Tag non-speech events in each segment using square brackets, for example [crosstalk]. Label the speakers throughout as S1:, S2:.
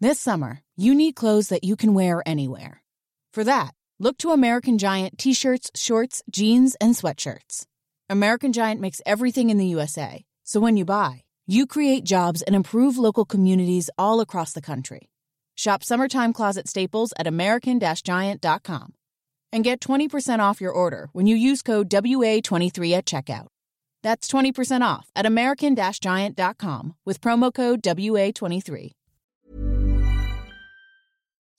S1: This summer, you need clothes that you can wear anywhere. For that, look to American Giant t shirts, shorts, jeans, and sweatshirts. American Giant makes everything in the USA, so when you buy, you create jobs and improve local communities all across the country. Shop summertime closet staples at American Giant.com and get 20% off your order when you use code WA23 at checkout. That's 20% off at American Giant.com with promo code WA23.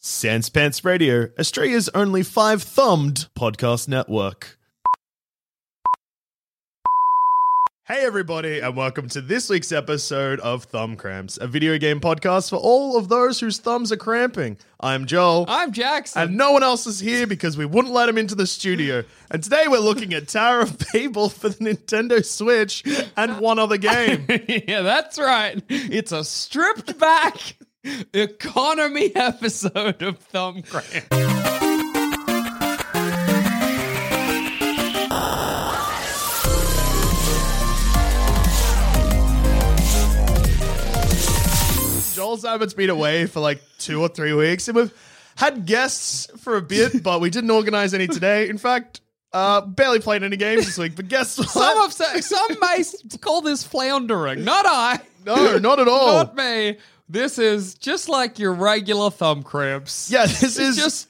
S2: Sanspants Radio, Australia's only five thumbed podcast network. Hey, everybody, and welcome to this week's episode of Thumb Cramps, a video game podcast for all of those whose thumbs are cramping. I'm Joel.
S3: I'm Jackson.
S2: and no one else is here because we wouldn't let him into the studio. And today we're looking at Tower of Babel for the Nintendo Switch and one other
S3: [laughs]
S2: game.
S3: yeah, that's right. It's a stripped back [laughs] economy episode of Thumb Cramp.
S2: Joel Abbott's been away for like two or three weeks, and we've had guests for a bit,
S3: [laughs]
S2: but we didn't organize any today. In fact, uh, barely played any games this week. But guess what?
S3: Some [laughs] upset. Some may s- call this floundering. Not I.
S2: [laughs] no, not at all.
S3: Not me. This is just like your regular thumb cramps.
S2: yeah, this
S3: It's
S2: is
S3: just.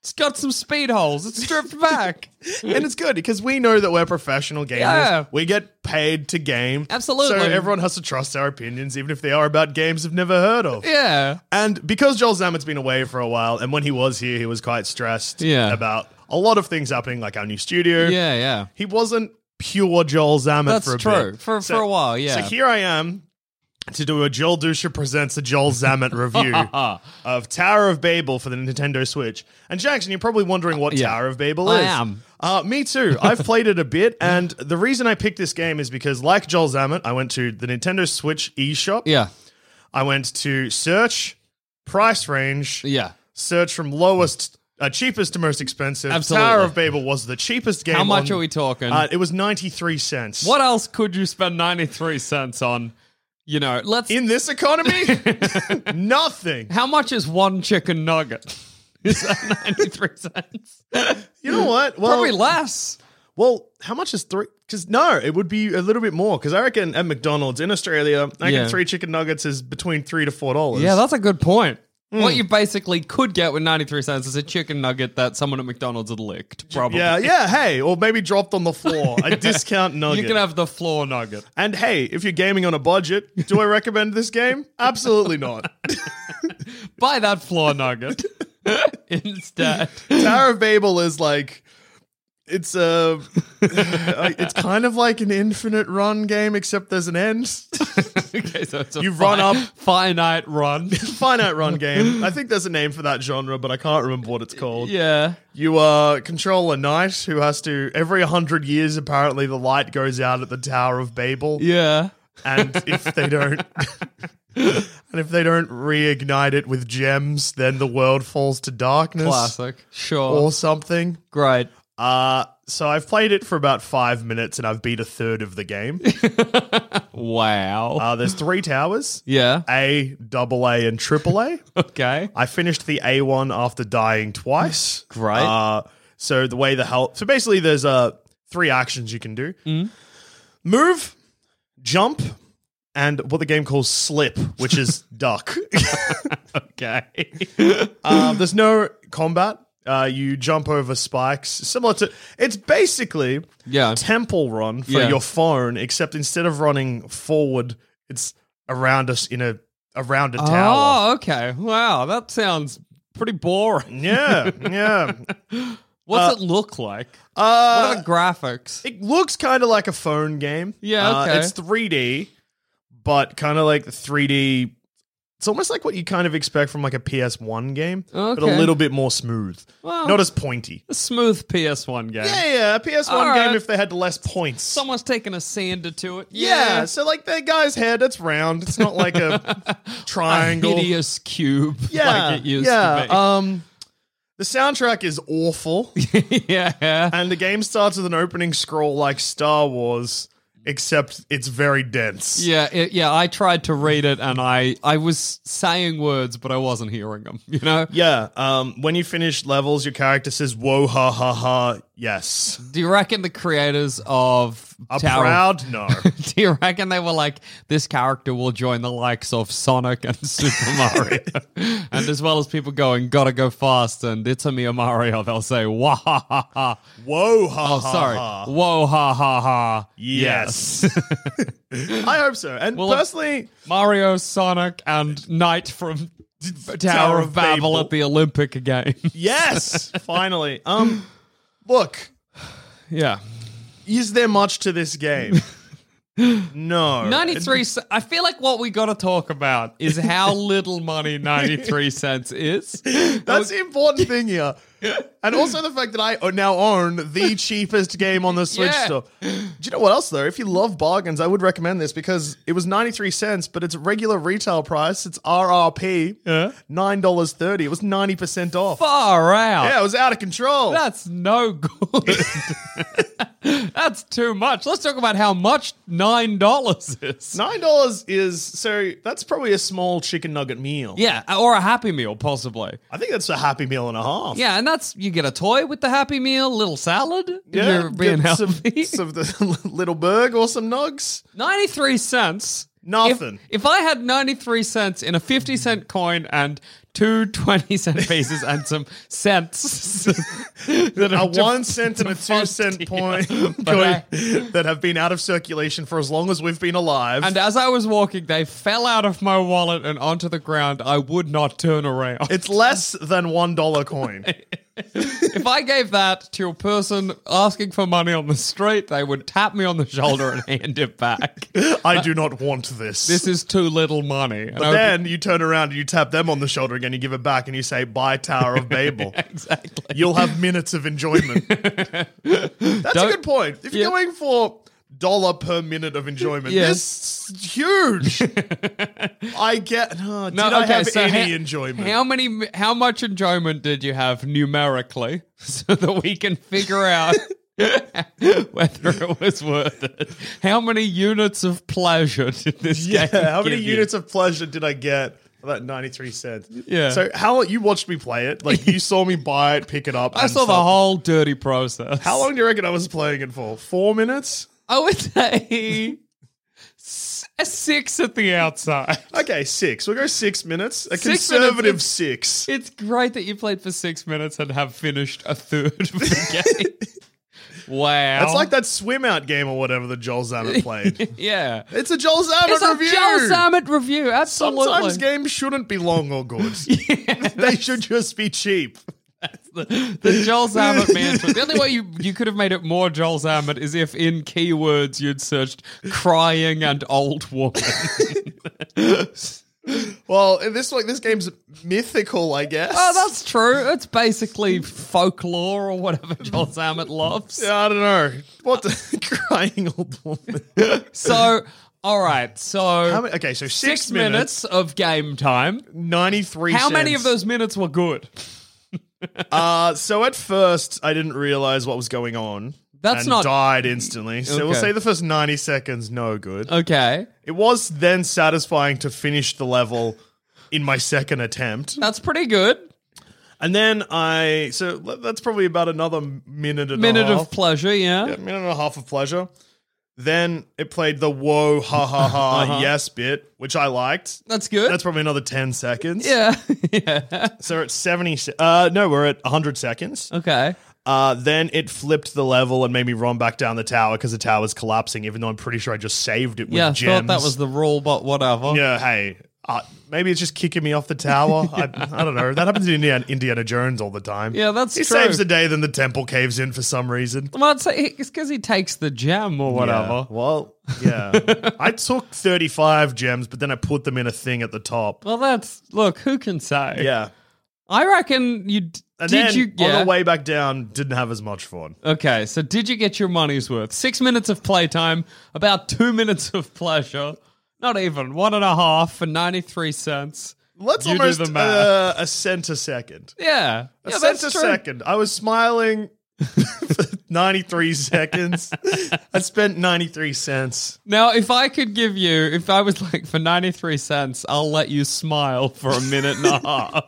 S3: It's got some speed holes. It's stripped back.
S2: and it's good because we know that we're professional gamers.
S3: Yeah.
S2: We get paid to game.
S3: Absolutely.
S2: So everyone has to trust our opinions, even if they are about games they've never heard of.
S3: [laughs] yeah.
S2: And because Joel Zammett's been away for a while, and when he was here, he was quite stressed
S3: Yeah.
S2: about a lot of things happening, like our new studio.
S3: Yeah, yeah.
S2: He wasn't pure Joel Zammett
S3: That's
S2: for a
S3: true.
S2: bit.
S3: For- for a while, yeah.
S2: So here I am to do a Joel Dusha presents a Joel Zammett
S3: [laughs]
S2: review of Tower of Babel for the Nintendo Switch. And Jackson, you're probably wondering what
S3: Yeah.
S2: Tower of Babel
S3: I
S2: is.
S3: am.
S2: Uh, me
S3: [laughs]
S2: too. I've played it a bit, and the reason I picked this game is because, like Joel Zammett, I went to the Nintendo Switch eShop.
S3: Yeah.
S2: I went to search, price range,
S3: Yeah.
S2: search from lowest, uh, cheapest to most expensive.
S3: Absolutely.
S2: Tower of Babel was the cheapest game.
S3: How much
S2: on-
S3: are we talking?
S2: Uh, it was ninety three cents.
S3: what else could you spend 93 cents on? You know, let's
S2: in this
S3: [laughs]
S2: economy? Nothing.
S3: How much is one chicken nugget? [laughs] Is that 93 cents?
S2: You know what? Well,
S3: Probably less.
S2: well, how much is three? Because no, it would be a little bit more. Because I reckon at McDonald's in Australia, I reckon
S3: Yeah.
S2: three chicken nuggets is between three to four dollars.
S3: Yeah, that's a good point. What you basically could get with 93 cents is a chicken nugget that someone at McDonald's had licked, probably.
S2: yeah, yeah. Hey, or maybe dropped on the floor
S3: [laughs]
S2: a discount nugget.
S3: You can have the floor nugget.
S2: and hey, if you're gaming on a budget, do I recommend this
S3: [laughs]
S2: game? Absolutely not.
S3: Buy that floor nugget [laughs] instead.
S2: Tower of Babel is like it's a
S3: [laughs]
S2: it's kind of like an infinite run game, except there's an end.
S3: [laughs] Okay, so it's a
S2: You run up-
S3: finite
S2: [laughs]
S3: run.
S2: finite run game. I think there's a name for that genre, but I can't remember what it's called.
S3: yeah.
S2: You uh, control a knight who has to every 100 years apparently the light goes out at the Tower of Babel
S3: Yeah.
S2: and if they
S3: [laughs]
S2: don't and if they don't reignite it with gems then the world falls to darkness
S3: Classic. Sure.
S2: or something.
S3: Great.
S2: Uh so I've played it for about 5 minutes and I've beat a third of the
S3: [laughs]
S2: game.
S3: Wow.
S2: Uh there's three towers.
S3: yeah.
S2: A, double A and triple A.
S3: Okay.
S2: I finished the A one after dying twice.
S3: Great.
S2: Uh, so the way the help. So basically, there's uh three actions you can do:
S3: Mm.
S2: move, jump, and what the game calls slip, which
S3: [laughs]
S2: is duck.
S3: Okay.
S2: [laughs] Uh, there's no combat. Uh, you jump over spikes, similar to. It's basically
S3: Yeah.
S2: temple run for
S3: Yeah.
S2: your phone, except instead of running forward, it's around us in a around a tower.
S3: Oh, okay. Wow, that sounds pretty boring.
S2: Yeah,
S3: [laughs]
S2: yeah.
S3: What's it look like?
S2: Uh,
S3: what are the graphics?
S2: It looks kind of like a phone game.
S3: Yeah,
S2: Uh,
S3: okay.
S2: it's 3D, but kind of like the 3D It's almost like what you kind of expect from like a PS1 game, but
S3: Okay.
S2: a little bit more smooth,
S3: Well-
S2: not as pointy.
S3: A smooth PS1 game.
S2: Yeah, yeah, a PS1
S3: All
S2: game
S3: right.
S2: if they had less points.
S3: Someone's taking a sander to it.
S2: yeah.
S3: Yeah.
S2: so like that guy's head, it's round. It's not like
S3: [laughs]
S2: a triangle.
S3: Hideous cube. [laughs]
S2: Yeah,
S3: Like it used
S2: yeah.
S3: to
S2: Um, the soundtrack is
S3: [laughs]
S2: awful,
S3: be. [laughs] yeah.
S2: and the game starts with an opening scroll like Star Wars, except it's very dense.
S3: Yeah, it, yeah. I tried to read it, and I I was saying words, but I wasn't hearing them. [laughs] You know?
S2: Yeah, um, when you finish levels, your character says "Whoa, ha, ha, ha!" Yes,
S3: Do you reckon the creators of
S2: a
S3: Tower?
S2: proud
S3: [laughs]
S2: no.
S3: do you reckon they were like this character will join the likes of Sonic and [laughs] Super Mario, [laughs] and as well as people going gotta go fast and it's a me a Mario, they'll say wah ha ha ha.
S2: Whoa, ha,
S3: Oh,
S2: ha,
S3: sorry,
S2: ha.
S3: whoa ha ha ha.
S2: Yes. I hope so. And
S3: Well,
S2: personally,
S3: [laughs] Mario, Sonic, and Knight from [laughs] Tower,
S2: Tower
S3: of
S2: of
S3: Babel
S2: Babel.
S3: at the Olympic again. [laughs]
S2: yes, finally. Um, look,
S3: yeah.
S2: is there much to this game?
S3: [laughs]
S2: No.
S3: 93 ce- I feel like what we got to talk about is how little money 93 cents
S2: [laughs]
S3: is.
S2: That's the important thing here. And also the fact that I o- now own
S3: [laughs]
S2: the cheapest game on the Switch
S3: Yeah.
S2: store. Do you know what else, though? If you love bargains, I would recommend this because it was 93 cents, but it's regular retail price. It's RRP, $9.30. It was 90% off.
S3: Far out.
S2: Yeah, it was out of control.
S3: [laughs] That's no good. [laughs] That's too much. Let's talk about how much $9 is.
S2: $9 is, so that's probably a small chicken nugget meal.
S3: Yeah, or a Happy Meal, possibly.
S2: I think that's a happy meal and a half.
S3: Yeah, and that's you get a toy with the Happy Meal, little salad. if you're being
S2: get some, [laughs]
S3: healthy. [laughs]
S2: some of the little burg or some nugs.
S3: 93 cents.
S2: Nothing.
S3: If, if I had 93 cents in a 50 cent coin and two 20 cent pieces and some cents that
S2: [laughs] a
S3: are def-
S2: one cent
S3: [laughs]
S2: and a two
S3: defunct
S2: cent
S3: here.
S2: point
S3: [laughs] But I-
S2: coin [laughs] that have been out of circulation for as long as we've been alive.
S3: and uh, as I was walking, they fell out of my wallet and onto the ground. I would not turn around.
S2: it's less than one dollar
S3: [laughs]
S2: coin.
S3: if I gave that to a person asking for money on the street, they would tap me on the shoulder and [laughs] hand it back.
S2: I do not want this.
S3: This is too little money. And I
S2: but
S3: would be-
S2: then you turn around and you tap them on the shoulder again, you give it back, and you say, "Buy Tower
S3: [laughs]
S2: of Babel."
S3: exactly.
S2: You'll have minutes of
S3: [laughs]
S2: enjoyment. That's
S3: Don't-
S2: a good point. If you're
S3: Yeah.
S2: going for dollar per minute of enjoyment,
S3: Yes.
S2: this is
S3: [laughs]
S2: huge. I get. Oh, did
S3: No,
S2: I
S3: okay,
S2: have
S3: so
S2: any
S3: ha-
S2: enjoyment?
S3: How many? How much enjoyment did you have numerically, [laughs] so that we can figure out [laughs] whether it was worth it? How many units of pleasure did this
S2: Yeah,
S3: game?
S2: how many
S3: give you?
S2: units of pleasure did I get for that 93 cents?
S3: Yeah.
S2: So how you watched me play it? Like
S3: [laughs]
S2: you saw me buy it, pick it up.
S3: I
S2: and
S3: saw the
S2: stuff.
S3: whole dirty process.
S2: How long do you reckon I was playing it for? Four minutes?
S3: I would say s- [laughs] a six at the outside.
S2: Okay, six. We'll go six minutes. A
S3: Six
S2: conservative
S3: minutes.
S2: six.
S3: It's great that you played for six minutes and have finished a third of [laughs] the game. Wow,
S2: That's like that swim out game or whatever that Joel
S3: [laughs]
S2: Zammit played.
S3: Yeah.
S2: it's a Joel Zammit
S3: It's a
S2: review.
S3: Joel Zammit review. Absolutely.
S2: Sometimes games shouldn't be long or
S3: [laughs]
S2: good. they should just be cheap.
S3: the, the Joel [laughs] Zammit mantra. The only way you, you could have made it more Joel Zammit is if in keywords you'd searched crying and old woman.
S2: Well, this like this game's mythical, I guess.
S3: [laughs] oh, that's true. It's basically folklore or whatever Joel Zammit loves.
S2: Yeah, I don't know. What the [laughs] crying old
S3: [laughs]
S2: woman?
S3: So, all right. So,
S2: How many, okay, so six,
S3: six
S2: minutes,
S3: minutes of game time.
S2: ninety-three.
S3: How many
S2: cents.
S3: of those minutes were good?
S2: Uh, so at first, I didn't realize what was going on.
S3: That's
S2: and
S3: not-
S2: died instantly. So we'll
S3: Okay.
S2: say the first ninety seconds, no good.
S3: Okay.
S2: It was then satisfying to finish the level in my second attempt,
S3: That's pretty good.
S2: and then I so le- that's probably about another minute and
S3: Minute
S2: a half.
S3: of pleasure, yeah.
S2: Yeah, minute and a half of pleasure. Then it played the whoa ha ha ha
S3: [laughs] Uh-huh.
S2: yes bit, which I liked.
S3: That's [laughs] good.
S2: That's probably another ten seconds.
S3: yeah. yeah.
S2: So we're at 70. se- Uh, no, we're at 100 seconds.
S3: Okay.
S2: Uh, then it flipped the level and made me run back down the tower because the tower's collapsing, even though I'm pretty sure I just saved it with
S3: Yeah, I
S2: gems.
S3: thought that was the rule, but whatever.
S2: Yeah, hey, Uh, maybe it's just kicking me off the
S3: [laughs]
S2: tower. I, I don't know. That happens in Indiana, Indiana Jones all the time.
S3: Yeah, that's
S2: he
S3: true.
S2: saves the day, then the temple caves in for some reason.
S3: Well, it's because he takes the gem or
S2: Yeah,
S3: whatever.
S2: Well,
S3: [laughs]
S2: yeah. I took 35 gems, but then I put them in a thing at the top.
S3: Well, that's look. Who can say?
S2: Yeah.
S3: I reckon you d-
S2: And
S3: did.
S2: then
S3: you
S2: on
S3: yeah.
S2: the way back down, didn't have as much fun.
S3: Okay, so did you get your money's worth? Six minutes of playtime, about two minutes of pleasure, not even one and a half for ninety three cents.
S2: Let's
S3: You do
S2: almost
S3: the math.
S2: uh, a cent a second.
S3: Yeah,
S2: A
S3: yeah,
S2: cent
S3: that's
S2: a
S3: true.
S2: second. I was smiling [laughs] for 93 seconds. I spent 93 cents.
S3: Now, if I could give you, if I was like for ninety three cents, I'll let you smile for a minute and a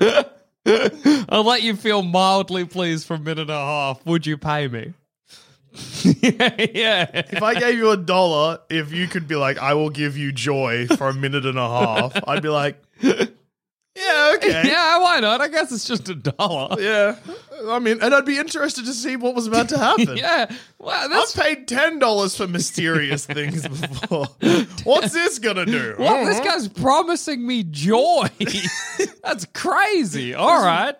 S3: half. [laughs] I'll let you feel mildly pleased for a minute and a half. Would you pay me? [laughs] yeah, yeah.
S2: If I gave you a dollar, if you could be like, I will give you joy for a minute and a half, I'd be like, yeah, okay.
S3: [laughs] Yeah, why not? I guess it's just a dollar.
S2: Yeah. I mean, and I'd be interested to see what was about to
S3: [laughs]
S2: happen.
S3: Yeah. Well,
S2: I've
S3: that's
S2: paid ten dollars for mysterious things before. What's this gonna do?
S3: What? This guy's promising
S2: [laughs]
S3: me joy. That's crazy. All right.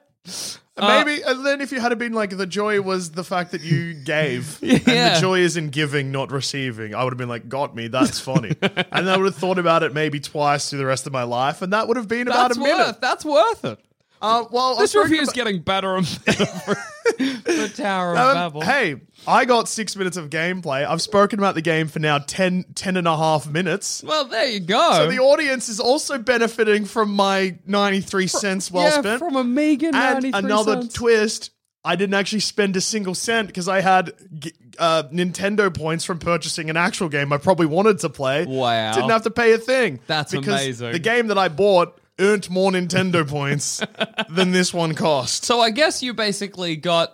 S2: Uh, Maybe
S3: Uh,
S2: and then if you had been like the joy was the fact that
S3: [laughs]
S2: you gave, and
S3: Yeah.
S2: the joy is in giving, not receiving. I would have been like, "Got me, that's funny,"
S3: [laughs]
S2: and I would have thought about it maybe twice through the rest of my life, and that would have been about
S3: That's
S2: a minute.
S3: worth. That's worth it.
S2: Uh, well, I was
S3: This
S2: talking
S3: review is
S2: about-
S3: getting better and better for, [laughs] for Tower of
S2: Um,
S3: Babel.
S2: hey, I got six minutes of gameplay. I've spoken about the game for now 10, 10 and a half minutes.
S3: Well, there you go.
S2: So the audience is also benefiting from my 93 cents well
S3: yeah,
S2: spent.
S3: from a meager
S2: and
S3: 93
S2: another
S3: cents.
S2: twist, I didn't actually spend a single cent because I had g- uh, Nintendo points from purchasing an actual game I probably wanted to play.
S3: Wow.
S2: Didn't have to pay a thing.
S3: That's
S2: because
S3: amazing.
S2: The game that I bought earned more
S3: [laughs]
S2: Nintendo points than this one cost.
S3: So I guess you basically got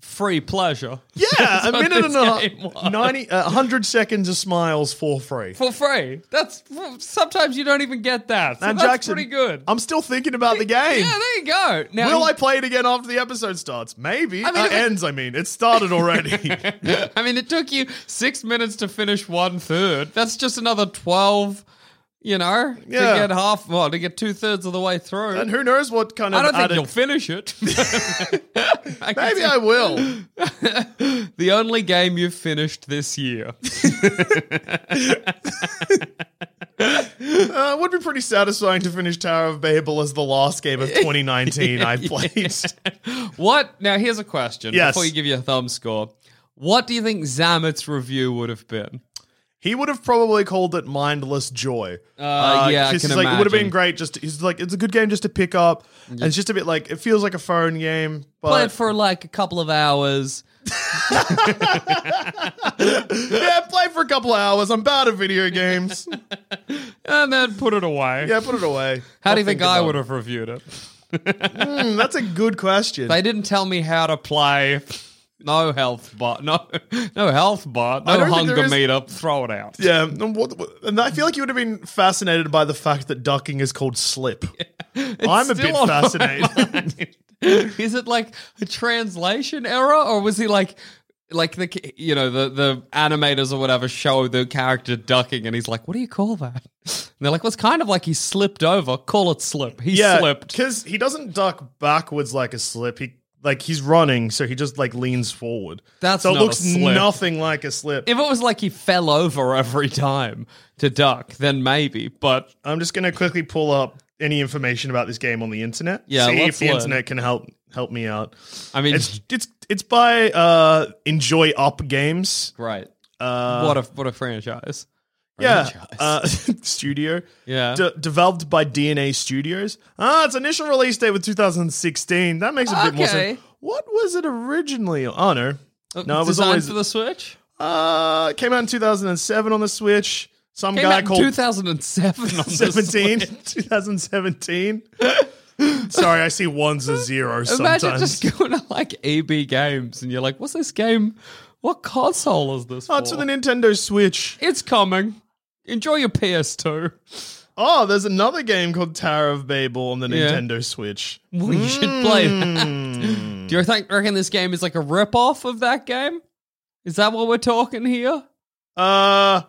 S3: free pleasure. [laughs]
S2: Yeah, a
S3: what
S2: minute and
S3: this
S2: a
S3: game
S2: half,
S3: was.
S2: 90, uh, 100 seconds of smiles for free.
S3: For free. That's sometimes you don't even get that. So
S2: and
S3: that's
S2: Jackson,
S3: pretty good.
S2: I'm still thinking about the game.
S3: yeah, there you go. Now
S2: Will I play it again after the episode starts? Maybe.
S3: I mean,
S2: uh,
S3: it was-
S2: ends, I mean. It started
S3: [laughs]
S2: already.
S3: I mean, it took you six minutes to finish one third. That's just another 12, you know,
S2: Yeah.
S3: to get half, well, to get two thirds of the way through.
S2: and who knows what kind of
S3: I don't think
S2: added-
S3: you'll finish
S2: [laughs]
S3: it. [laughs] I can
S2: Maybe
S3: see-
S2: I will.
S3: the only game you've finished
S2: [laughs]
S3: this year.
S2: Uh, it would be pretty satisfying to finish Tower of Babel as the last game
S3: [laughs]
S2: of 2019 I played.
S3: What? Now, here's a question
S2: Yes.
S3: before you give your thumb score. What do you think Zamet's review would have been?
S2: He would have probably called it mindless joy. Uh,
S3: yeah, I
S2: 'cause
S3: can
S2: he's like, It would have been
S3: imagine.
S2: great. Just he's like, it's a good game just to pick up. And it's just a bit like it feels like a phone game, but
S3: Play it for like a couple of hours.
S2: yeah, play for a couple of hours. I'm bad at video
S3: [laughs]
S2: games.
S3: And then put it away.
S2: yeah, put it away.
S3: How do you
S2: I'll
S3: think I
S2: about
S3: would
S2: it.
S3: have reviewed it?
S2: Hmm, that's a good question.
S3: They didn't tell me how to play. No health bar. No, [laughs] no health bar.
S2: I
S3: No
S2: don't think there
S3: hunger
S2: is-
S3: meter. Throw it out.
S2: Yeah, and, what, what- and I feel like you would have been fascinated by the fact that ducking is called
S3: [laughs]
S2: slip. I'm a
S3: still
S2: bit
S3: on my
S2: fascinated.
S3: [laughs] Is it like a translation error, or was he like, like the ki- you know the the animators or whatever show the character ducking, and he's like, "What do you call that?" And they're like, "Well, it's kind of like he slipped over. Call it slip. He slipped."
S2: because he doesn't duck backwards like a slip. He like he's running, so he just like leans forward.
S3: That's
S2: so it
S3: not a
S2: looks
S3: slip.
S2: nothing like a slip.
S3: If it was like he fell over every time to duck, then maybe. But
S2: I'm just gonna quickly pull up any information about this game on the internet.
S3: Yeah,
S2: see
S3: let's
S2: if the
S3: learn.
S2: internet can help help me out.
S3: I mean, [laughs]
S2: It's it's it's by uh Enjoy Up Games.
S3: right.
S2: Uh,
S3: what a what a franchise.
S2: Yeah,
S3: Franchise.
S2: uh, [laughs] studio.
S3: Yeah.
S2: De- developed by DNA Studios. Ah, its initial release date was 2016. That makes a bit more
S3: Okay.
S2: sense. What was it originally? Oh no, no, it was
S3: Uh, Designed
S2: always
S3: for the Switch.
S2: uh came out in 2007 on the Switch. Some
S3: Came
S2: guy
S3: out in
S2: called [laughs]
S3: 2007 on the
S2: 17,
S3: Switch.
S2: 2017. Sorry, I see ones and zeros sometimes.
S3: Imagine just going to like EB Games and you're like, "What's this game? What console is this?"
S2: Oh,
S3: for?
S2: it's for the Nintendo Switch.
S3: it's coming. Enjoy your [laughs] PS2.
S2: Oh, there's another game called Tower of Babel on the
S3: Yeah.
S2: Nintendo Switch.
S3: Well, you should play
S2: Hmm.
S3: that. Do you think reckon this game is like a rip off of that game? Is that what we're talking here?
S2: Uh,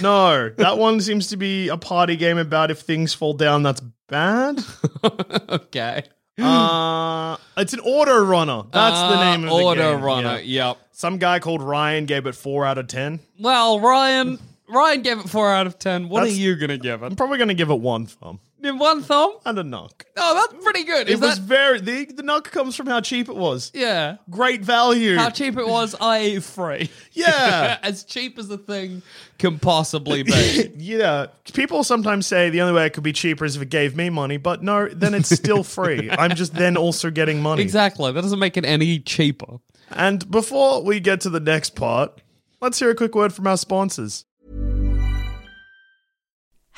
S2: No, that one seems to be a party game about if things fall down, that's bad.
S3: [laughs] [laughs] okay.
S2: Uh, it's an auto runner. That's the
S3: Uh,
S2: name of the
S3: Auto
S2: game.
S3: Runner.
S2: Yeah.
S3: Yep.
S2: Some guy called Ryan gave it four out of ten.
S3: Well, Ryan, Ryan gave it four out of ten. What
S2: That's-
S3: are you gonna give
S2: I'm
S3: it?
S2: probably gonna give it one thumb
S3: In one thumb?
S2: and a knock.
S3: Oh, that's pretty good. Is
S2: it was
S3: that-
S2: very the, the knock comes from how cheap it was.
S3: yeah.
S2: Great value.
S3: How cheap it was, E i.e., free. [laughs]
S2: Yeah.
S3: as cheap as the thing can
S2: [laughs]
S3: possibly be.
S2: yeah, people sometimes say the only way it could be cheaper is if it gave me money, but no, then it's
S3: [laughs]
S2: still free. I'm just then also getting money.
S3: exactly. That doesn't make it any cheaper.
S2: And before we get to the next part, let's hear a quick word from our sponsors.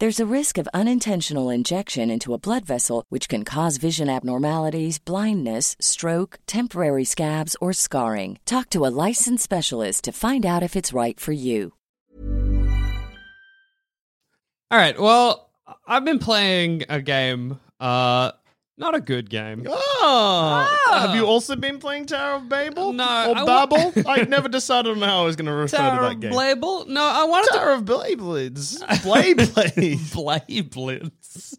S4: There's a risk of unintentional injection into a blood vessel, which can cause vision abnormalities, blindness, stroke, temporary scabs, or scarring. Talk to a licensed specialist to find out if it's right for you.
S3: All right. Well, I've been playing a game. Uh, not a good game.
S2: Oh,
S3: Ah.
S2: have you also been playing Tower of Babel?
S3: No,
S2: or
S3: I wa- [laughs]
S2: Babel. I never decided on how I was going to refer to
S3: Tower
S2: that
S3: of
S2: game.
S3: Babel? No, I wanted
S2: Tower of
S3: [laughs]
S2: Blades, Blade
S3: to.
S2: Blades.
S3: Blablitz.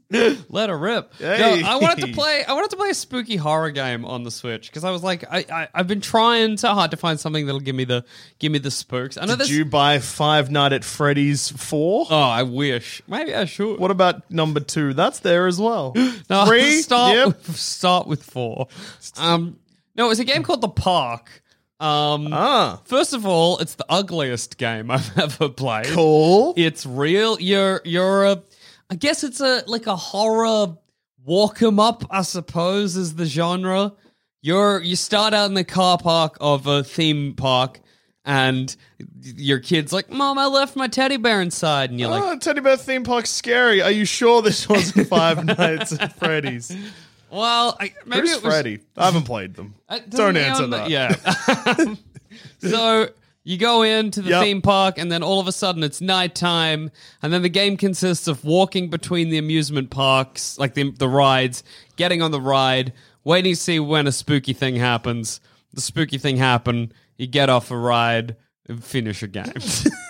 S3: Let her rip.
S2: Hey.
S3: No, I wanted to play. I wanted to play a spooky horror game on the Switch because I was like, I, I I've been trying so hard to find something that'll give me the give me the spooks. I know
S2: Did
S3: this.
S2: you buy Five Night at Freddy's four?
S3: oh, I wish. Maybe I should.
S2: What about number two? That's there as well.
S3: [gasps] No,
S2: Three.
S3: [laughs] start,
S2: Yep.
S3: with, start with four. Um, no, it's a game called The Park. Um,
S2: Ah.
S3: First of all, it's the ugliest game [laughs] I've ever played.
S2: Cool.
S3: It's real. You're you're a. I guess it's a like a horror walk 'em up. I suppose is the genre. You're you start out in the car park of a theme park, and your kid's like, "Mom, I left my teddy bear inside," and you're like,
S2: oh, Teddy Bear theme park's scary. Are you sure this [laughs] wasn't Five Nights at
S3: [laughs]
S2: Freddy's?
S3: "Well, I,
S2: Oh.
S3: maybe
S2: Who's
S3: it was
S2: Freddy? I haven't played them.
S3: Uh,
S2: Don't
S3: doesn't he
S2: answer
S3: own the-
S2: that. [laughs]
S3: Yeah. [laughs] so you go into the
S2: Yep.
S3: theme park, and then all of a sudden it's nighttime, and then the game consists of walking between the amusement parks, like the the rides, getting on the ride, waiting to see when a spooky thing happens. The spooky thing happen, you get off a ride. and Finish
S2: [laughs]
S3: a game.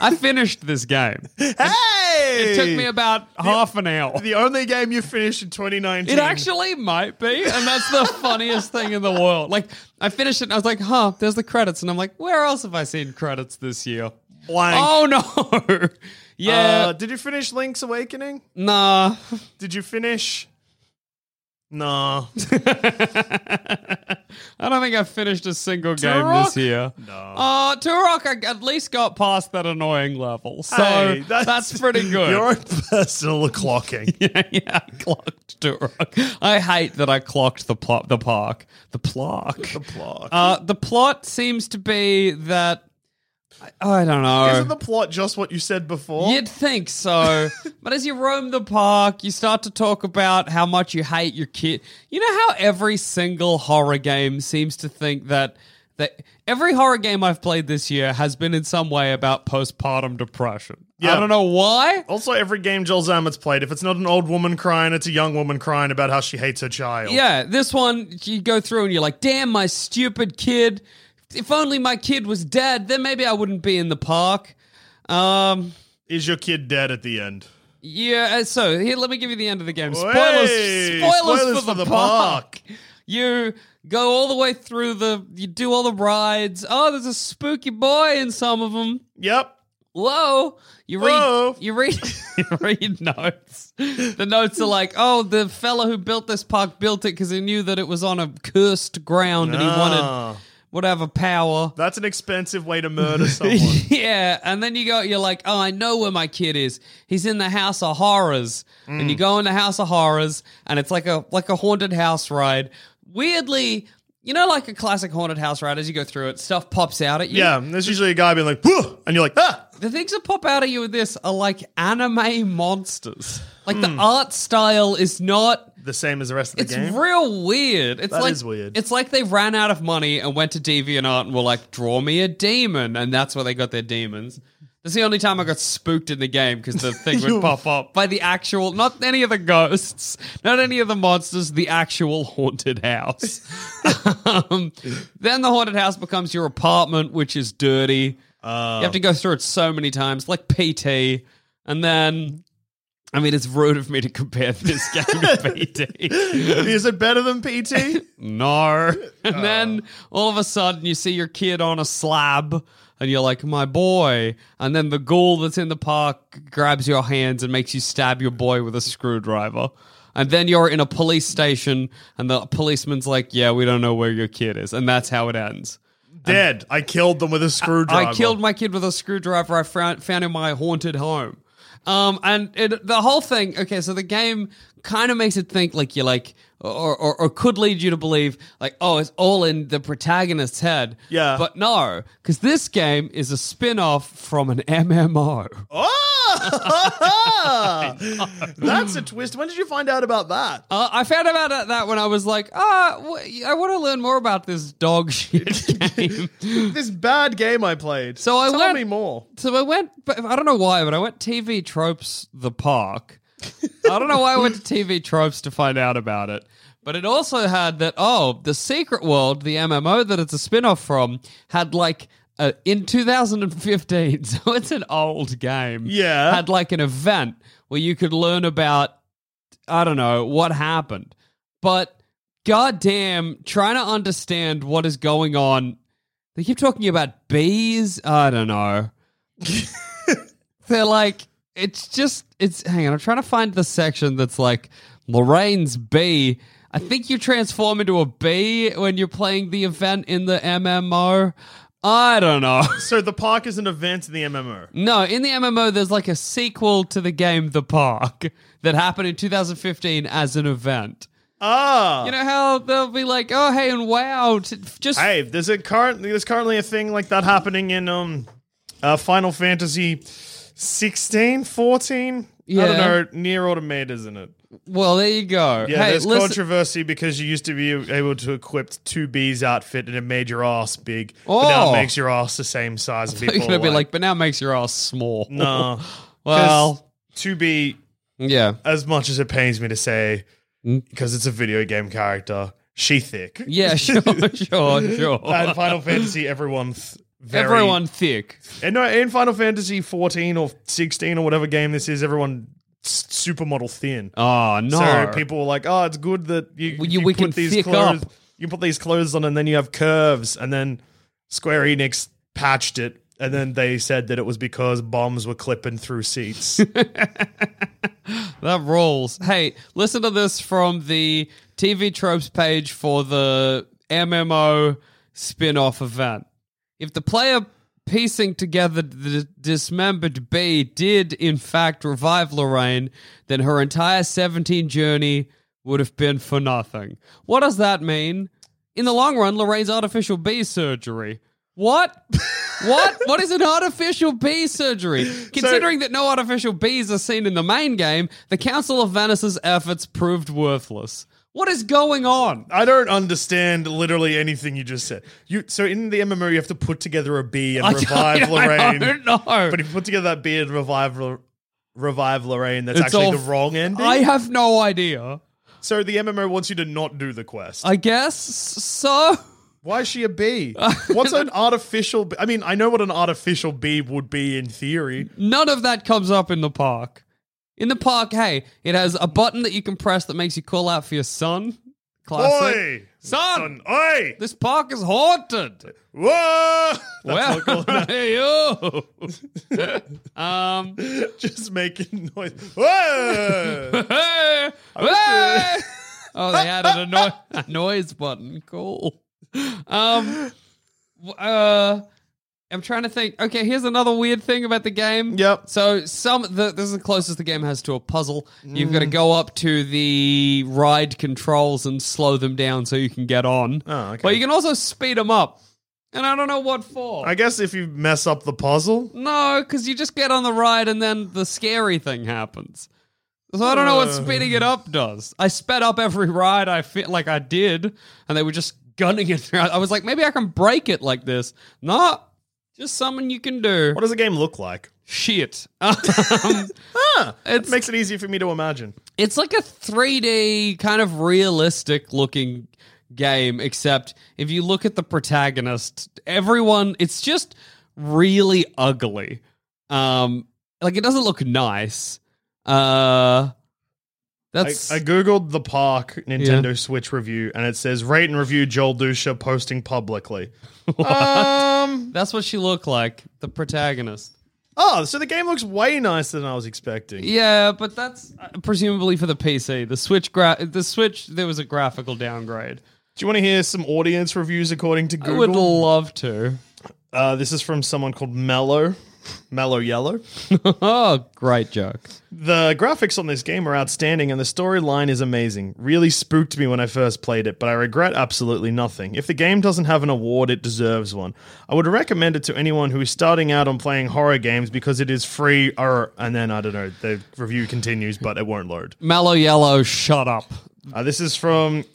S3: I finished this game.
S2: Hey!
S3: It took me about half an hour.
S2: the only game you finished in 2019.
S3: It actually might be, and that's the [laughs] funniest thing in the world. Like, I finished it and I was like, huh, there's the credits. And I'm like, where else have I seen credits this year?
S2: blank.
S3: Oh, no. [laughs] yeah.
S2: Uh, did you finish Link's Awakening?
S3: nah.
S2: Did you finish? No.
S3: I don't think I finished a single game
S2: Turok?
S3: this year. No. Uh, Turok, I at least got past that annoying level. So
S2: Hey,
S3: that's,
S2: [laughs]
S3: pretty good.
S2: Your own personal clocking.
S3: [laughs] yeah, yeah, I clocked Turok. I hate that I clocked the plot, the park, the plaque, the
S2: Clock.
S3: Uh, the plot seems to be that I, I don't know.
S2: Isn't the plot just what you said before?
S3: You'd
S2: [laughs]
S3: think so, but as you roam the park, you start to talk about how much you hate your kid. You know how every single horror game seems to think that that every horror game I've played this year has been in some way about postpartum depression. I
S2: Yeah.
S3: don't know why.
S2: Also, every game Joel Zammett's played, if it's not an old woman crying, it's a young woman crying about how she hates her child.
S3: Yeah, this one you go through and you're like, damn, my stupid kid. If only my kid was dead, then maybe I wouldn't be in the park. Um,
S2: Is your kid dead at the end?
S3: yeah. uh, So here, let me give you the end of the game. Spoilers,
S2: Hey,
S3: spoilers,
S2: spoilers
S3: for, the,
S2: for the
S3: park.
S2: park.
S3: You go all the way through the. You do all the rides. Oh, there's a spooky boy in some of them.
S2: Yep.
S3: Whoa! You read,
S2: Whoa.
S3: you read, [laughs] you read notes. The notes are like, "Oh, the
S2: Ah.
S3: fella who built this park built it because he knew that it was on a cursed ground and he wanted." would have a power.
S2: That's an expensive way to murder [laughs] someone.
S3: [laughs] yeah, and then you go, you're like, oh, I know where my kid is. He's in the House of Horrors, and you go in the House of Horrors, and it's like a like a haunted house ride. Weirdly, you know, like a classic haunted house ride. As you go through it, stuff pops out at you.
S2: yeah, there's usually a guy being like, "Whew," and you're like, ah.
S3: The things that pop out at you with this are like anime monsters. Like the art style is not.
S2: The same as the rest of the
S3: It's
S2: game.
S3: real weird. It's
S2: That
S3: like
S2: is weird.
S3: It's like they ran out of money and went to DeviantArt and were like, "Draw me a demon," and that's where they got their demons. That's the only time I got spooked in the game because the thing
S2: [laughs]
S3: would pop up by the actual, not any of the ghosts, not any of the monsters, the actual haunted house. [laughs] um, then the haunted house becomes your apartment, which is dirty. you have to go through it so many times, like PT, and then. I mean, it's rude of me to compare this [laughs] game to PT.
S2: is it better than
S3: [laughs]
S2: PT?
S3: no. [laughs] And then all of a sudden you see your kid on a slab and you're like, my boy. And then the ghoul that's in the park grabs your hands and makes you stab your boy with a screwdriver. And then you're in a police station and the policeman's like, yeah, we don't know where your kid is. And that's how it ends.
S2: Dead. I killed them with a screwdriver. [laughs]
S3: I killed my kid with a screwdriver I found, found in my haunted home. Um, and it, the whole thing, okay, so the game kind of makes it think like you're like, or, or, or could lead you to believe, like, oh, it's all in the protagonist's head.
S2: Yeah.
S3: But no, because this game is a spin off from an MMO. [laughs]
S2: Oh, that's a twist. When did you find out about that?
S3: Uh, I found out about that when I was like, ah, wh- I want to learn more about this
S2: [laughs]
S3: dog shit game.
S2: This bad game I played.
S3: So I
S2: Tell
S3: went-
S2: me more.
S3: So I went, but I don't know why, but I went TV Tropes the park. I don't know why I went to TV Tropes to find out about it. But it also had that, oh, The Secret World, the MMO that it's a spin off from, had like. Uh, in 2015, [laughs] so it's an old game.
S2: Yeah.
S3: Had like an event where you could learn about I don't know what happened, but goddamn, trying to understand what is going on. They keep talking about bees. I don't know. They're like, it's just, it's. Hang on, I'm trying to find the section that's like Lorraine's bee. I think you transform into a bee when you're playing the event in the MMO. I don't know. [laughs]
S2: So the park is an event in the MMO.
S3: No, in the MMO, there's like a sequel to the game The Park that happened in 2015 as an event.
S2: Ah.
S3: You know how they'll be like, oh, hey, and wow, t- just.
S2: hey, there's a currently there's currently a thing like that happening in um uh, Final Fantasy 16, 14. I
S3: Yeah.
S2: don't know, near automate, isn't it?
S3: Well, there you go.
S2: Yeah,
S3: hey,
S2: there's
S3: listen,
S2: controversy because you used to be able to equip two bees outfit and it made your ass big. But now
S3: Oh.
S2: it makes your ass the same size as
S3: [laughs] You're
S2: people.
S3: going to be
S2: are
S3: like, but now it makes your ass small.
S2: no.
S3: Well,
S2: to be
S3: yeah.
S2: as much as it pains me to say, because it's a video game character, she thick.
S3: Mm. Yeah, [laughs] sure, sure,
S2: [laughs]
S3: sure.
S2: And Final Fantasy, everyone th- very,
S3: Everyone thick.
S2: And no, in Final Fantasy 14 or 16 or whatever game this is, everyone s- supermodel thin.
S3: Oh, no.
S2: So people were like, "Oh, it's good that you,
S3: Well,
S2: you,
S3: you- we
S2: put
S3: can
S2: these
S3: thick
S2: clothes,
S3: up.
S2: you put these clothes on, and then you have curves." And then Square Enix patched it, and then they said that it was because bombs were clipping through
S3: [laughs]
S2: seats.
S3: That rolls. Hey, listen to this from the TV tropes page for the MMO spin off event. If the player piecing together the dismembered bee did, in fact, revive Lorraine, then her entire 17 journey would have been for nothing. What does that mean? In the long run, Lorraine's artificial bee surgery. What?
S2: [laughs]
S3: what? What is an artificial bee surgery? Considering that no artificial bees are seen in the main game, the Council of Venice's efforts proved worthless. What is going on?
S2: I don't understand literally anything you just said. You so in the MMO, you have to put together a bee and
S3: I
S2: revive
S3: don't-
S2: Lorraine.
S3: [laughs] I don't know.
S2: But if you put together that bee and revive Lor- revive Lorraine, that's
S3: It's
S2: actually
S3: all-
S2: the wrong ending.
S3: I have no idea.
S2: so the MMO wants you to not do the quest.
S3: I guess so.
S2: Why is she a bee?
S3: [laughs]
S2: What's an artificial? Bee? I mean, I know what an artificial bee would be in theory.
S3: None of that comes up in the park. In the park, hey, it has a button that you can press that makes you call out for your son. Classic.
S2: Oi,
S3: Son!
S2: oi,
S3: This park is haunted.
S2: whoa! That's
S3: well,
S2: not cool.
S3: [laughs] hey, yo. um,
S2: [laughs] Just making noise. Whoa!
S3: hey, [laughs] hey. Oh, they added a, noi- a noise button. Cool. Um, Uh, I'm trying to think. Okay, here's another weird thing about the game.
S2: Yep.
S3: So some the, this is the closest the game has to a puzzle. You've
S2: Mm.
S3: got to go up to the ride controls and slow them down so you can get on.
S2: Oh, okay.
S3: But you can also speed them up, and I don't know what for.
S2: I guess if you mess up the puzzle,
S3: No, because you just get on the ride and then the scary thing happens. So I don't know what
S2: Uh.
S3: speeding it up does. I sped up every ride I fit like I did, and they were just gunning it. through. I was like, maybe I can break it like this. Nah, just something you can do.
S2: what does the game look like?
S3: Shit. [laughs] Um,
S2: Ah, it
S3: It's-
S2: makes it easier for me to imagine.
S3: it's like a 3D kind of realistic looking game, except if you look at the protagonist, everyone, it's just really ugly. Um, like it doesn't look nice. Uh,
S2: I,
S3: that's
S2: I googled the park Nintendo Switch review, and it says rate and review Joel Dusha posting
S3: [laughs]
S2: publicly. Um.
S3: that's what she looked like, the protagonist.
S2: Oh, so the game looks way nicer than I was expecting.
S3: Yeah, but that's uh, presumably for the PC. The Switch gra- the Switch there was a graphical downgrade.
S2: Do you want to hear some audience reviews according to Google?
S3: I would love to. [laughs]
S2: Uh, this is from someone called Mellow, Mellow Yellow.
S3: oh, great joke.
S2: The graphics on this game are outstanding and the storyline is amazing. Really spooked me when I first played it, but I regret absolutely nothing. If the game doesn't have an award, it deserves one. I would recommend it to anyone who is starting out on playing horror games because it is free or and then I don't know, the review continues but it won't load.
S3: Mellow Yellow, shut up.
S2: Uh, this is from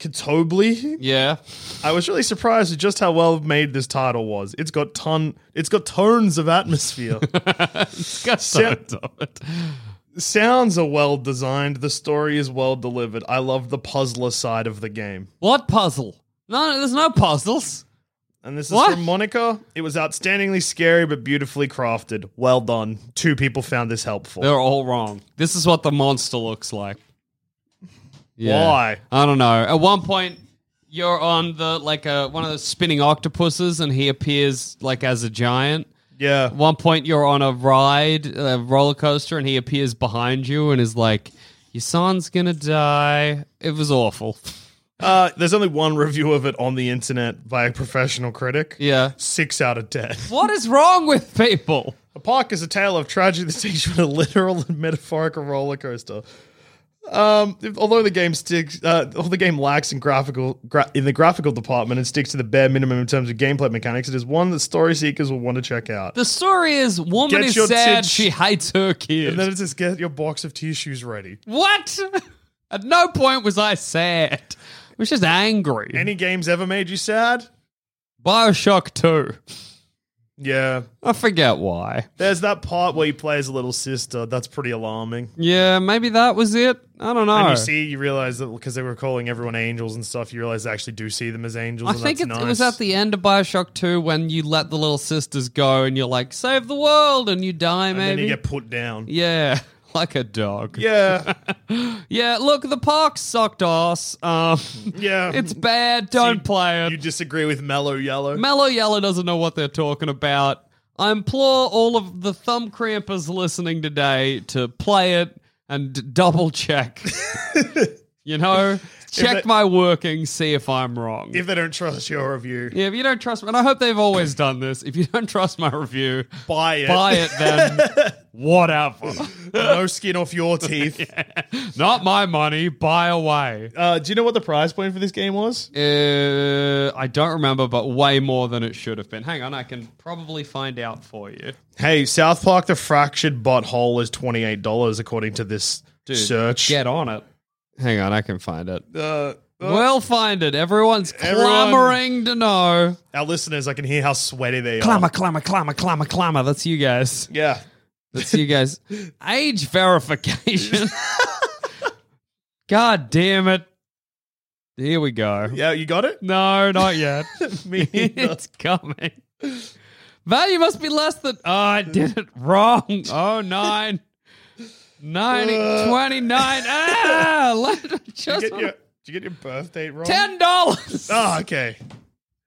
S2: Katobli.
S3: Yeah.
S2: I was really surprised at just how well made this title was. It's got ton it's got tons of
S3: [laughs]
S2: atmosphere. Sound- sounds are well designed. The story is well delivered. I love the puzzler side of the game.
S3: What puzzle? No, there's no puzzles.
S2: And this is
S3: What?
S2: from Monica. It was outstandingly scary but beautifully crafted. Well done. Two people found this helpful.
S3: They're all wrong. This is what the monster looks like.
S2: Why?
S3: I don't know. At one point, you're on the like a one of those spinning octopuses, and he appears like as a giant.
S2: yeah.
S3: At one point, you're on a ride, a roller coaster, and he appears behind you and is like, "Your son's gonna die." It was awful.
S2: Uh, there's only one review of it on the internet by a professional critic.
S3: Yeah.
S2: Six out of ten.
S3: What is wrong with people?
S2: The park is a tale of tragedy that takes you on a literal and metaphorical roller coaster. Um, if- although the game sticks, uh, although the game lacks in graphical gra- in the graphical department and sticks to the bare minimum in terms of gameplay mechanics, it is one that story seekers will want to check out.
S3: The story is woman
S2: Get
S3: is
S2: your
S3: sad
S2: tits-
S3: she hates her kid.
S2: And then it says, "Get your box of tissues ready."
S3: What? [laughs] At no point was I sad. I was just angry.
S2: Any games ever made you sad?
S3: Bioshock 2.
S2: Yeah,
S3: I forget why.
S2: there's that part where you play as a little sister. That's pretty alarming.
S3: Yeah, maybe that was it. I don't know.
S2: And you see, you realize that because they were calling everyone angels and stuff, you realize they actually do see them as angels.
S3: I
S2: and
S3: think
S2: that's
S3: it,
S2: nice.
S3: it was at the end of Bioshock 2 when you let the little sisters go and you're like, save the world, and you die,
S2: and then
S3: maybe.
S2: you get put down.
S3: yeah, [laughs] like a [laughs] dog.
S2: Yeah,
S3: Yeah, look, the park sucked ass.
S2: [laughs]
S3: Um,
S2: yeah.
S3: it's bad. Don't
S2: you-
S3: play it.
S2: You disagree with Mellow Yellow?
S3: Mellow Yellow doesn't know what they're talking about. I implore all of the thumb crampers listening today to play it and d-
S2: [laughs]
S3: double check. you know, check
S2: they-
S3: my working, see if I'm wrong.
S2: if they don't trust your review,
S3: yeah, if you don't trust me, and I hope they've always done this. If you don't trust my review,
S2: buy it. [laughs]
S3: buy it then whatever.
S2: no skin off your
S3: [laughs]
S2: teeth.
S3: Not my money, buy away.
S2: uh, do you know what the prize point for this game was?
S3: Uh, I don't remember, but way more than it should have been. Hang on, I can probably find out for you.
S2: Hey, South Park: The Fractured Butthole is twenty eight dollars according to this
S3: Dude,
S2: search.
S3: Get on it. Hang on, I can find it.
S2: Uh,
S3: We'll find it. Everyone's
S2: Everyone-
S3: clamoring to know.
S2: our listeners, I can hear how sweaty they
S3: Clamor,
S2: are.
S3: clamor, clamor, clamor, clamor. That's you guys.
S2: Yeah.
S3: That's
S2: [laughs]
S3: you guys. Age verification. [laughs] God damn it. Here we go.
S2: Yeah, you got it? [laughs]
S3: No, not yet. [laughs]
S2: Me uh, neither.
S3: it's coming. Value must be less than. Oh, I did it wrong. Oh,
S2: [laughs] Uh.
S3: nine. 90, 29. Ah, let-
S2: Did
S3: just
S2: you get your- did you get your birth date wrong? [laughs]
S3: Ten dollars.
S2: Oh, okay.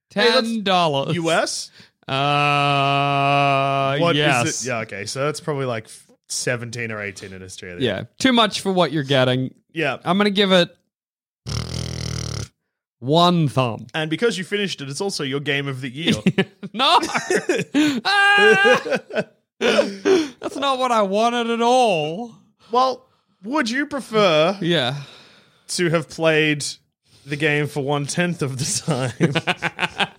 S3: Ten dollars. [laughs]
S2: US?
S3: Uh,
S2: What is
S3: yes.
S2: it? Yeah, okay. So that's probably like 17 or 18 in Australia.
S3: Yeah. Too much for what you're getting.
S2: Yeah.
S3: I'm gonna give it.
S2: [laughs]
S3: One thumb.
S2: And because you finished it, it's also your game of the
S3: [laughs]
S2: year.
S3: No!
S2: [laughs]
S3: Ah! That's not what I wanted at all.
S2: well, would you prefer
S3: Yeah.
S2: to have played the game for one tenth of the time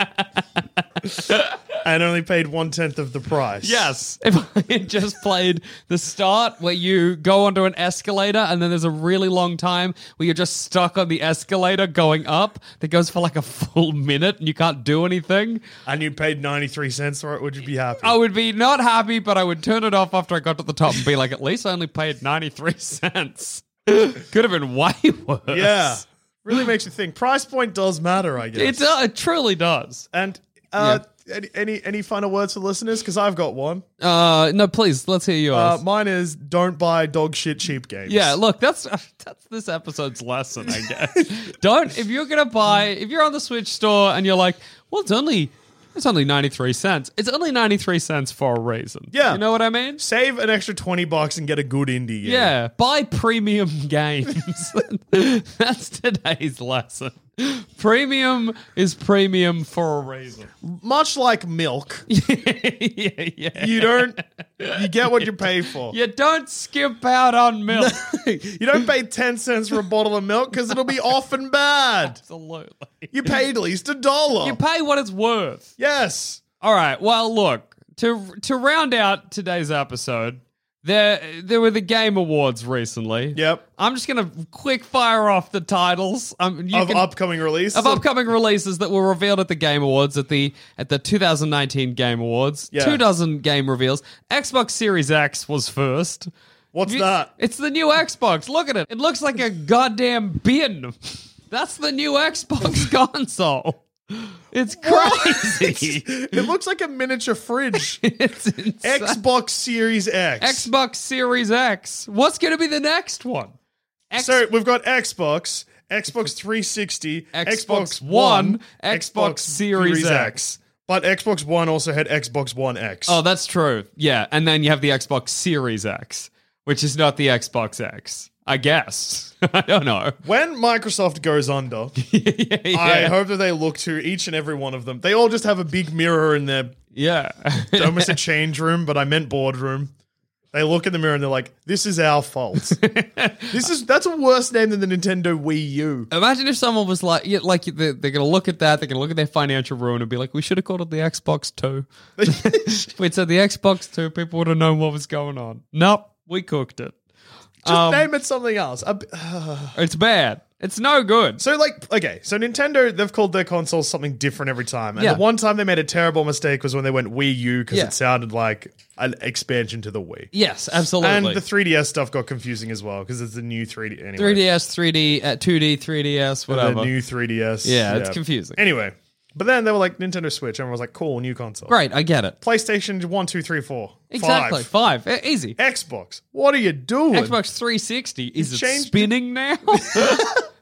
S3: [laughs]
S2: and only paid one tenth of the price?
S3: Yes. If I had just played the start where you go onto an escalator and then there's a really long time where you're just stuck on the escalator going up that goes for like a full minute and you can't do anything,
S2: And you paid 93 cents for it, would you be happy?
S3: I would be not happy, but I would turn it off after I got to the top and be like, at least I only paid 93 cents. Could have been way worse.
S2: yeah. Really makes you think. Price point does matter, I guess.
S3: It, do- it truly does.
S2: And uh, any, any any final words for listeners? Because I've got one.
S3: Uh, no, please, let's hear
S2: Uh,
S3: yours.
S2: mine is don't buy dog shit cheap games.
S3: yeah, look, that's [laughs] that's this episode's lesson, I guess. Don't if you're gonna buy if you're on the Switch store and you're like, well, it's only it's only ninety three cents. It's only ninety three cents for a reason.
S2: Yeah.
S3: you know what I mean.
S2: Save an extra 20 bucks and get a good indie game.
S3: Yeah, buy premium [laughs] games. [laughs] That's today's lesson. Premium is premium for a reason.
S2: Much like milk,
S3: yeah, yeah.
S2: you don't you get what you pay for.
S3: You don't skip out on milk.
S2: You don't pay 10 cents for a bottle of milk because it'll be often bad.
S3: Absolutely.
S2: You paid at least a dollar.
S3: You pay what it's worth.
S2: yes.
S3: All right. Well, look to to round out today's episode. There, there were the Game Awards recently.
S2: Yep.
S3: I'm just gonna quick fire off the titles. Um, you
S2: of
S3: can-
S2: upcoming release.
S3: of upcoming releases that were revealed at the Game Awards at the at the 2019 Game Awards.
S2: Yeah.
S3: Two dozen game reveals. Xbox Series X was first.
S2: What's
S3: You- [laughs]
S2: that?
S3: It's the new Xbox. Look at it. It looks like a goddamn bin. That's the new Xbox [laughs] console. It's crazy. [laughs]
S2: It looks like a miniature fridge.
S3: it's uh, insane.
S2: Xbox Series X.
S3: Xbox Series X. What's going to be the next one? X-
S2: so we've got Xbox, Xbox 360, Xbox,
S3: Xbox
S2: One,
S3: One, Xbox Series X.
S2: But Xbox One also had Xbox One X.
S3: Oh, that's true. Yeah, and then you have the Xbox Series X, which is not the Xbox X, I guess. [laughs] I don't know.
S2: when Microsoft goes under, [laughs] I
S3: yeah,
S2: hope that they look to each and every one of them. They all just have a big mirror in
S3: [laughs]
S2: their
S3: yeah.
S2: I almost said change room, but I meant boardroom. They look in the mirror and they're like, "This is our
S3: [laughs]
S2: fault. this is that's a worse name than the Nintendo Wii U." [laughs]
S3: Imagine if someone was like, yeah, like they're, they're going to look at that, they're going to look at their financial ruin and be like, we should have called it the Xbox 2. if we'd said the Xbox 2, people would have known what was going on. Nope, we cooked it.
S2: Just
S3: Um,
S2: name it something else. A b-
S3: It's bad. It's no good.
S2: So like, okay, so Nintendo they've called their consoles something different every time. And
S3: Yeah.
S2: the one time they made a terrible mistake was when they went Wii U because
S3: Yeah.
S2: it sounded like an expansion to the Wii.
S3: Yes, absolutely.
S2: And the 3DS stuff got confusing as well because it's the new 3D anyway.
S3: 3DS, 3D, uh, 2D, 3DS, whatever.
S2: The new 3DS.
S3: Yeah, it's confusing.
S2: Anyway, but then they were like Nintendo Switch. Everyone was like, cool, new console.
S3: Great, I get it.
S2: PlayStation 1, 2, 3, 4.
S3: Exactly.
S2: 5.
S3: Five. E- Easy.
S2: Xbox. What are you doing?
S3: Xbox 360. Is it
S2: changed-
S3: spinning now? [laughs]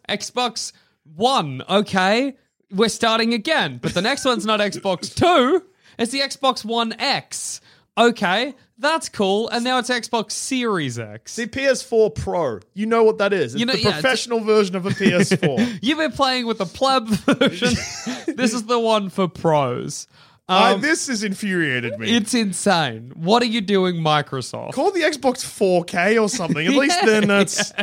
S3: Xbox One. Okay. We're starting again. But the next one's not Xbox 2. It's the Xbox One X. Okay. That's cool. And now it's Xbox Series X.
S2: The PS4 Pro. You know what that is. It's
S3: You know-
S2: the
S3: yeah, it's- Um,
S2: professional version of a
S3: [laughs]
S2: PS4.
S3: You've been playing with the pleb version. this is the one for pros.
S2: I-
S3: Um,
S2: this has infuriated me.
S3: it's insane. What are you doing, Microsoft?
S2: Call the Xbox 4K or something. At least
S3: [laughs]
S2: then that's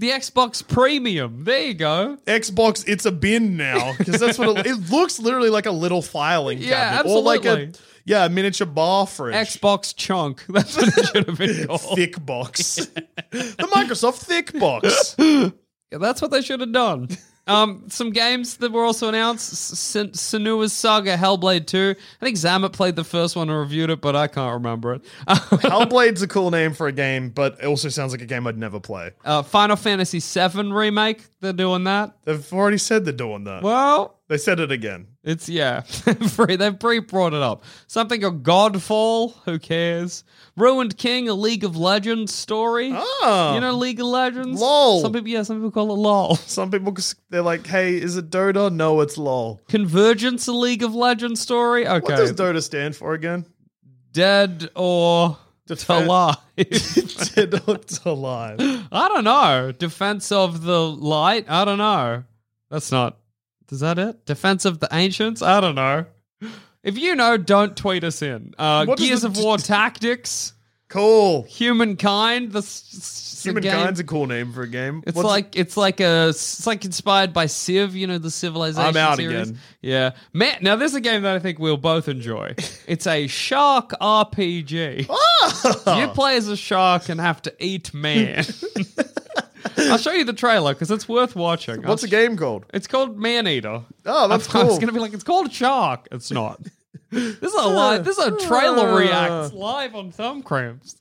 S3: The Xbox Premium. There you go.
S2: Xbox. It's a bin now because that's what it, it looks. Literally like a little filing cabinet,
S3: Yeah,
S2: or like a
S3: absolutely.
S2: yeah a miniature bar fridge.
S3: Xbox Chunk. [laughs] That's what it should
S2: [laughs]
S3: have been called.
S2: Thick box. the Microsoft thick box.
S3: Yeah, that's what they should have done. Um, some games that were also announced: Sen- Senua's Saga, Hellblade Two. I think Zamet played the first one and reviewed it, but I can't remember it. [laughs]
S2: Hellblade's a cool name for a game, but it also sounds like a game I'd never play.
S3: Uh, Final Fantasy VII remake. They're doing that.
S2: They've already said they're doing that.
S3: Well,
S2: They said it again.
S3: it's yeah. [laughs] Free. They've pre brought it up. Something of Godfall. Who cares? Ruined King, a League of Legends story.
S2: Oh.
S3: You know League of Legends.
S2: Lol.
S3: Some people, yeah, some people call it lol.
S2: Some people they're like, "Hey, is it Dota?" No, it's LOL.
S3: Convergence, a League of Legends story. Okay.
S2: What does Dota stand for again? [laughs]
S3: dead or
S2: Defend-
S3: alive.
S2: [laughs] It's alive.
S3: I don't know. Defense of the light. I don't know. That's not. Is that it? Defense of the Ancients? I don't know. If you know, don't tweet us in. Uh,
S2: What does
S3: Gears
S2: the-
S3: of War Tactics,
S2: Cool.
S3: Humankind. The s- s- game.
S2: Humankind's a cool name for a game.
S3: It's
S2: What's-
S3: like it's like a it's like inspired by Civ, you know, the Civilization.
S2: I'm out
S3: series.
S2: again.
S3: Yeah, man. Now this is a game that I think we'll
S2: [laughs]
S3: both enjoy. It's a shark RPG.
S2: Oh!
S3: You play as a shark and have to
S2: [laughs]
S3: eat man. I'll show you the trailer because it's worth watching.
S2: what's
S3: I'll
S2: the
S3: sh-
S2: game called?
S3: It's called Man Eater.
S2: Oh, that's
S3: [laughs] I was
S2: cool.
S3: gonna be like, it's called Shark. It's not.
S2: [laughs]
S3: This is a live. This is a trailer
S2: Uh.
S3: react live on Thumb Cramps.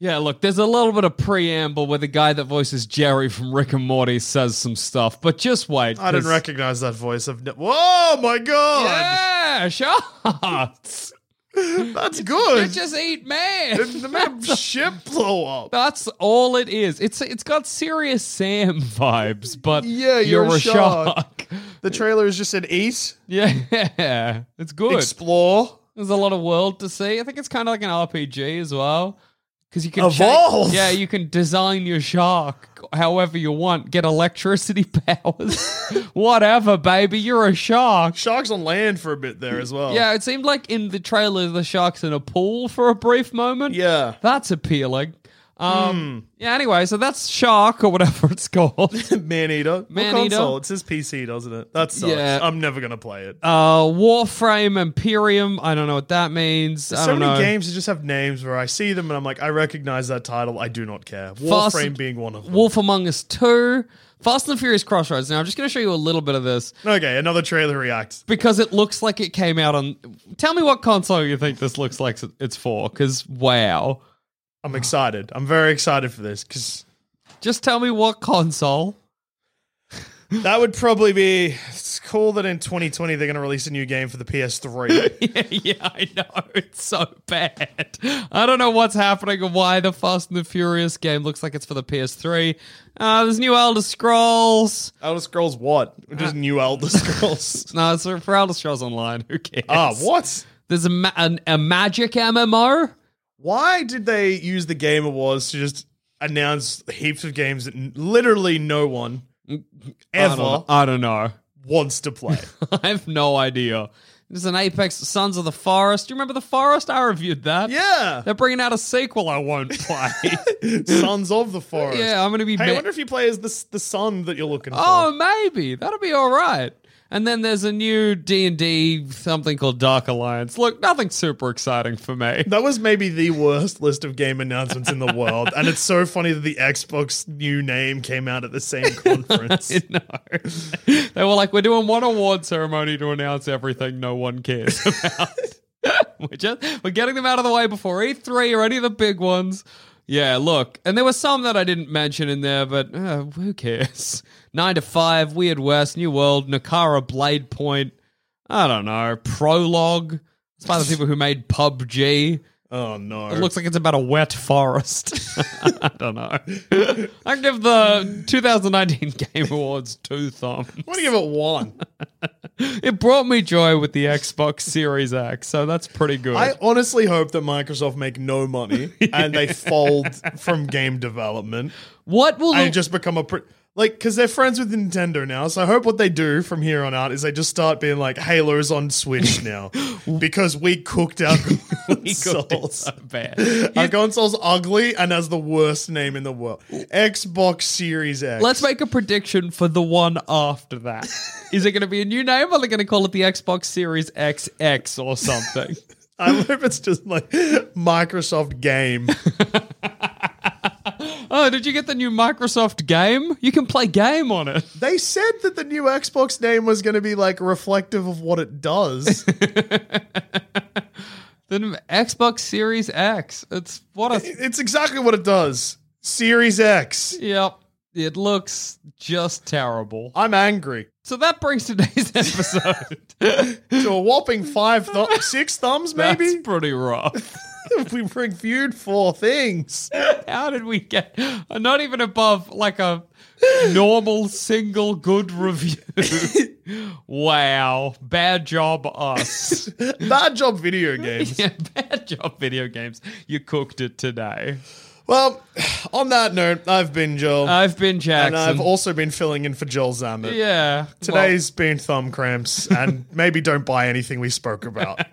S3: Yeah, look, there's a little bit of preamble where the guy that voices Jerry from Rick and Morty says some stuff, but just wait.
S2: I didn't
S3: 'cause-
S2: recognize that voice. I've ne- Whoa, my god,
S3: Yeah, sharks.
S2: [laughs] that's good.
S3: They just eat man.
S2: Did the
S3: [laughs]
S2: map ship blow up.
S3: That's all it is. It's it's got serious Sam vibes, but
S2: Yeah,
S3: you're,
S2: you're
S3: a
S2: a
S3: shark. [laughs]
S2: The trailer is just an eat,
S3: Yeah, it's good.
S2: explore,
S3: There's a lot of world to see. I think it's kind of like an RPG as well. Because you can cha-
S2: Evolve!
S3: yeah, you can design your shark however you want. Get electricity [laughs] powers, whatever, baby. You're a shark.
S2: sharks on land for a bit there as well.
S3: Yeah, it seemed like in the trailer the shark's in a pool for a brief moment.
S2: yeah. [laughs] Hmm.
S3: that's appealing. Um, Yeah. Anyway, so that's shark or whatever [laughs]
S2: [laughs]
S3: it's called.
S2: Man eater,
S3: Man-eater?
S2: what console? It's his PC, doesn't it? That sucks.
S3: Yeah.
S2: I'm never gonna play it.
S3: Uh, Warframe Imperium. I don't know what that means. I
S2: so
S3: don't
S2: many
S3: know.
S2: games that just have names where I see them and I'm like, I recognize that title. I do not care. Warframe
S3: Fast-
S2: being one of them.
S3: Wolf Among Us 2, Fast and the Furious Crossroads. Now, I'm just going to show you a little bit of this
S2: okay, another trailer react.
S3: because it looks like it came out on. Tell me what console you think this looks like it's for, because wow.
S2: I'm excited. I'm very excited for this because
S3: Just tell me what console. [laughs]
S2: that would probably be. It's cool that in 2020 they're gonna release a new game for the PS3.
S3: [laughs] yeah, yeah, I know. It's so bad. I don't know what's happening and why the Fast and the Furious game looks like it's for the PS3. Uh, there's new Elder Scrolls.
S2: Elder Scrolls what?
S3: Uh,
S2: Just new Elder
S3: [laughs]
S2: Scrolls.
S3: No, it's for Elder Scrolls Online. Who cares?
S2: Ah, what?
S3: There's a, ma- an, a Magic MMO.
S2: Why did they use the Game Awards to just announce heaps of games that n- literally no one
S3: Mm, I don't,
S2: ever
S3: I don't know.
S2: wants to
S3: [laughs]
S2: play?
S3: I have no idea. There's an Apex Sons of the Forest. Do you remember the Forest? I reviewed that.
S2: yeah,
S3: They're bringing out a sequel I won't play.
S2: [laughs] Sons of the Forest.
S3: [laughs] yeah, I'm going to be
S2: Hey, I
S3: ma-
S2: wonder if you play as the s- the son that you're looking for.
S3: Oh, maybe. That'll be all right. And then there's a new D&D something called Dark Alliance. Look, nothing super exciting for me.
S2: That was maybe the worst list of game announcements in the world, and it's so funny that the Xbox new name came out at the
S3: [laughs]
S2: same conference.
S3: No. they were like, we're doing one award ceremony to announce everything no one cares [laughs] about. we're, just, we're getting them out of the way before E3 or any of the big ones. Yeah, look. And there were some that I didn't mention in there, but uh, who cares? [laughs] Nine to Five, Weird West, New World, Nakara Blade Point. I don't know. Prologue. It's by the people who made PUBG.
S2: oh no!
S3: It looks like it's about a wet forest. [laughs] I don't know. I give the 2019 [laughs] Game Awards two thumbs.
S2: I'm gonna give it
S3: [laughs]
S2: one.
S3: It brought me joy with the Xbox Series X, so that's pretty good.
S2: I honestly hope that Microsoft make no
S3: [laughs]
S2: money and they fold from game development
S3: what will the,
S2: and just become a pr- like because they're friends with Nintendo now. So I hope what they do from here on out is they just start being like Halo's on Switch now because we cooked our
S3: God, it's
S2: consoles.
S3: so bad?
S2: Our console's ugly and has the worst name in the world. Xbox Series X.
S3: Let's make a prediction for the one after that. Is it going to be a new name? Or are they going to call it the Xbox Series XX
S2: [laughs]
S3: or something?
S2: I hope it's just like Microsoft Game.
S3: oh, did you get the new Microsoft game? You can play game on it.
S2: They said that the new Xbox name was going to be like reflective of what it does.
S3: The new Xbox Series X. It's what a
S2: It's exactly what it does. Series X.
S3: Yep. It looks just terrible.
S2: I'm angry.
S3: So that brings today's [laughs] episode.
S2: [laughs] To a whopping five,
S3: [laughs]
S2: th- six thumbs,
S3: That's
S2: maybe. [laughs]
S3: pretty rough.
S2: we reviewed four things.
S3: How did we get not even above like a normal single good review?
S2: [laughs]
S3: wow. Bad job,
S2: [laughs]
S3: us.
S2: Bad job, video games.
S3: yeah, bad job, video games. You cooked it today.
S2: [laughs] Well, on that note, I've been Joel.
S3: I've been Oh, Jackson.
S2: and I've also been filling in for Joel Zammit.
S3: yeah.
S2: Today's been thumb cramps, [laughs] and maybe don't buy anything we spoke about.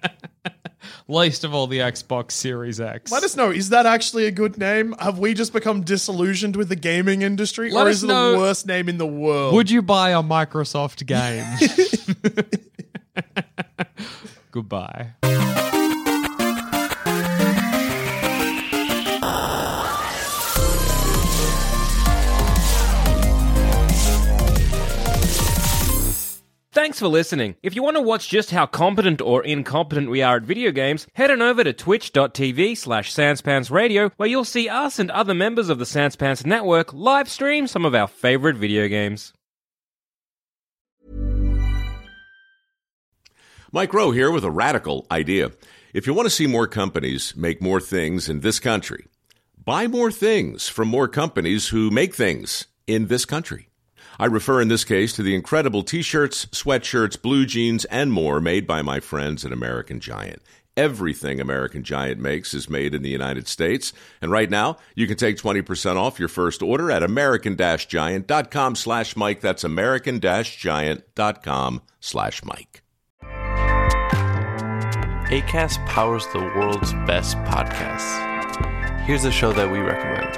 S3: Well, least of all the Xbox Series X.
S2: Let us know, is that actually a good name? Have we just become disillusioned with the gaming industry?
S3: Let
S2: or
S3: us
S2: is it
S3: know-
S2: the worst name in the world?
S3: Would you buy a Microsoft game? [laughs] Goodbye.
S5: Thanks for listening. If you want to watch just how competent or incompetent we are at video games, head on over to twitch.tv slash sanspantsradio where you'll see us and other members of the Sanspants Network live stream some of our favorite video games.
S4: Mike Rowe here with a radical idea. If you want to see more companies make more things in this country, buy more things from more companies who make things in this country. I refer in this case to the incredible t shirts, sweatshirts, blue jeans, and more made by my friends at American Giant. Everything American Giant makes is made in the United States. And right now, you can take 20% off your first order at american-giant.com slash Mike. That's american-giant.com slash Mike.
S6: ACAST powers the world's best podcasts. Here's a show that we recommend.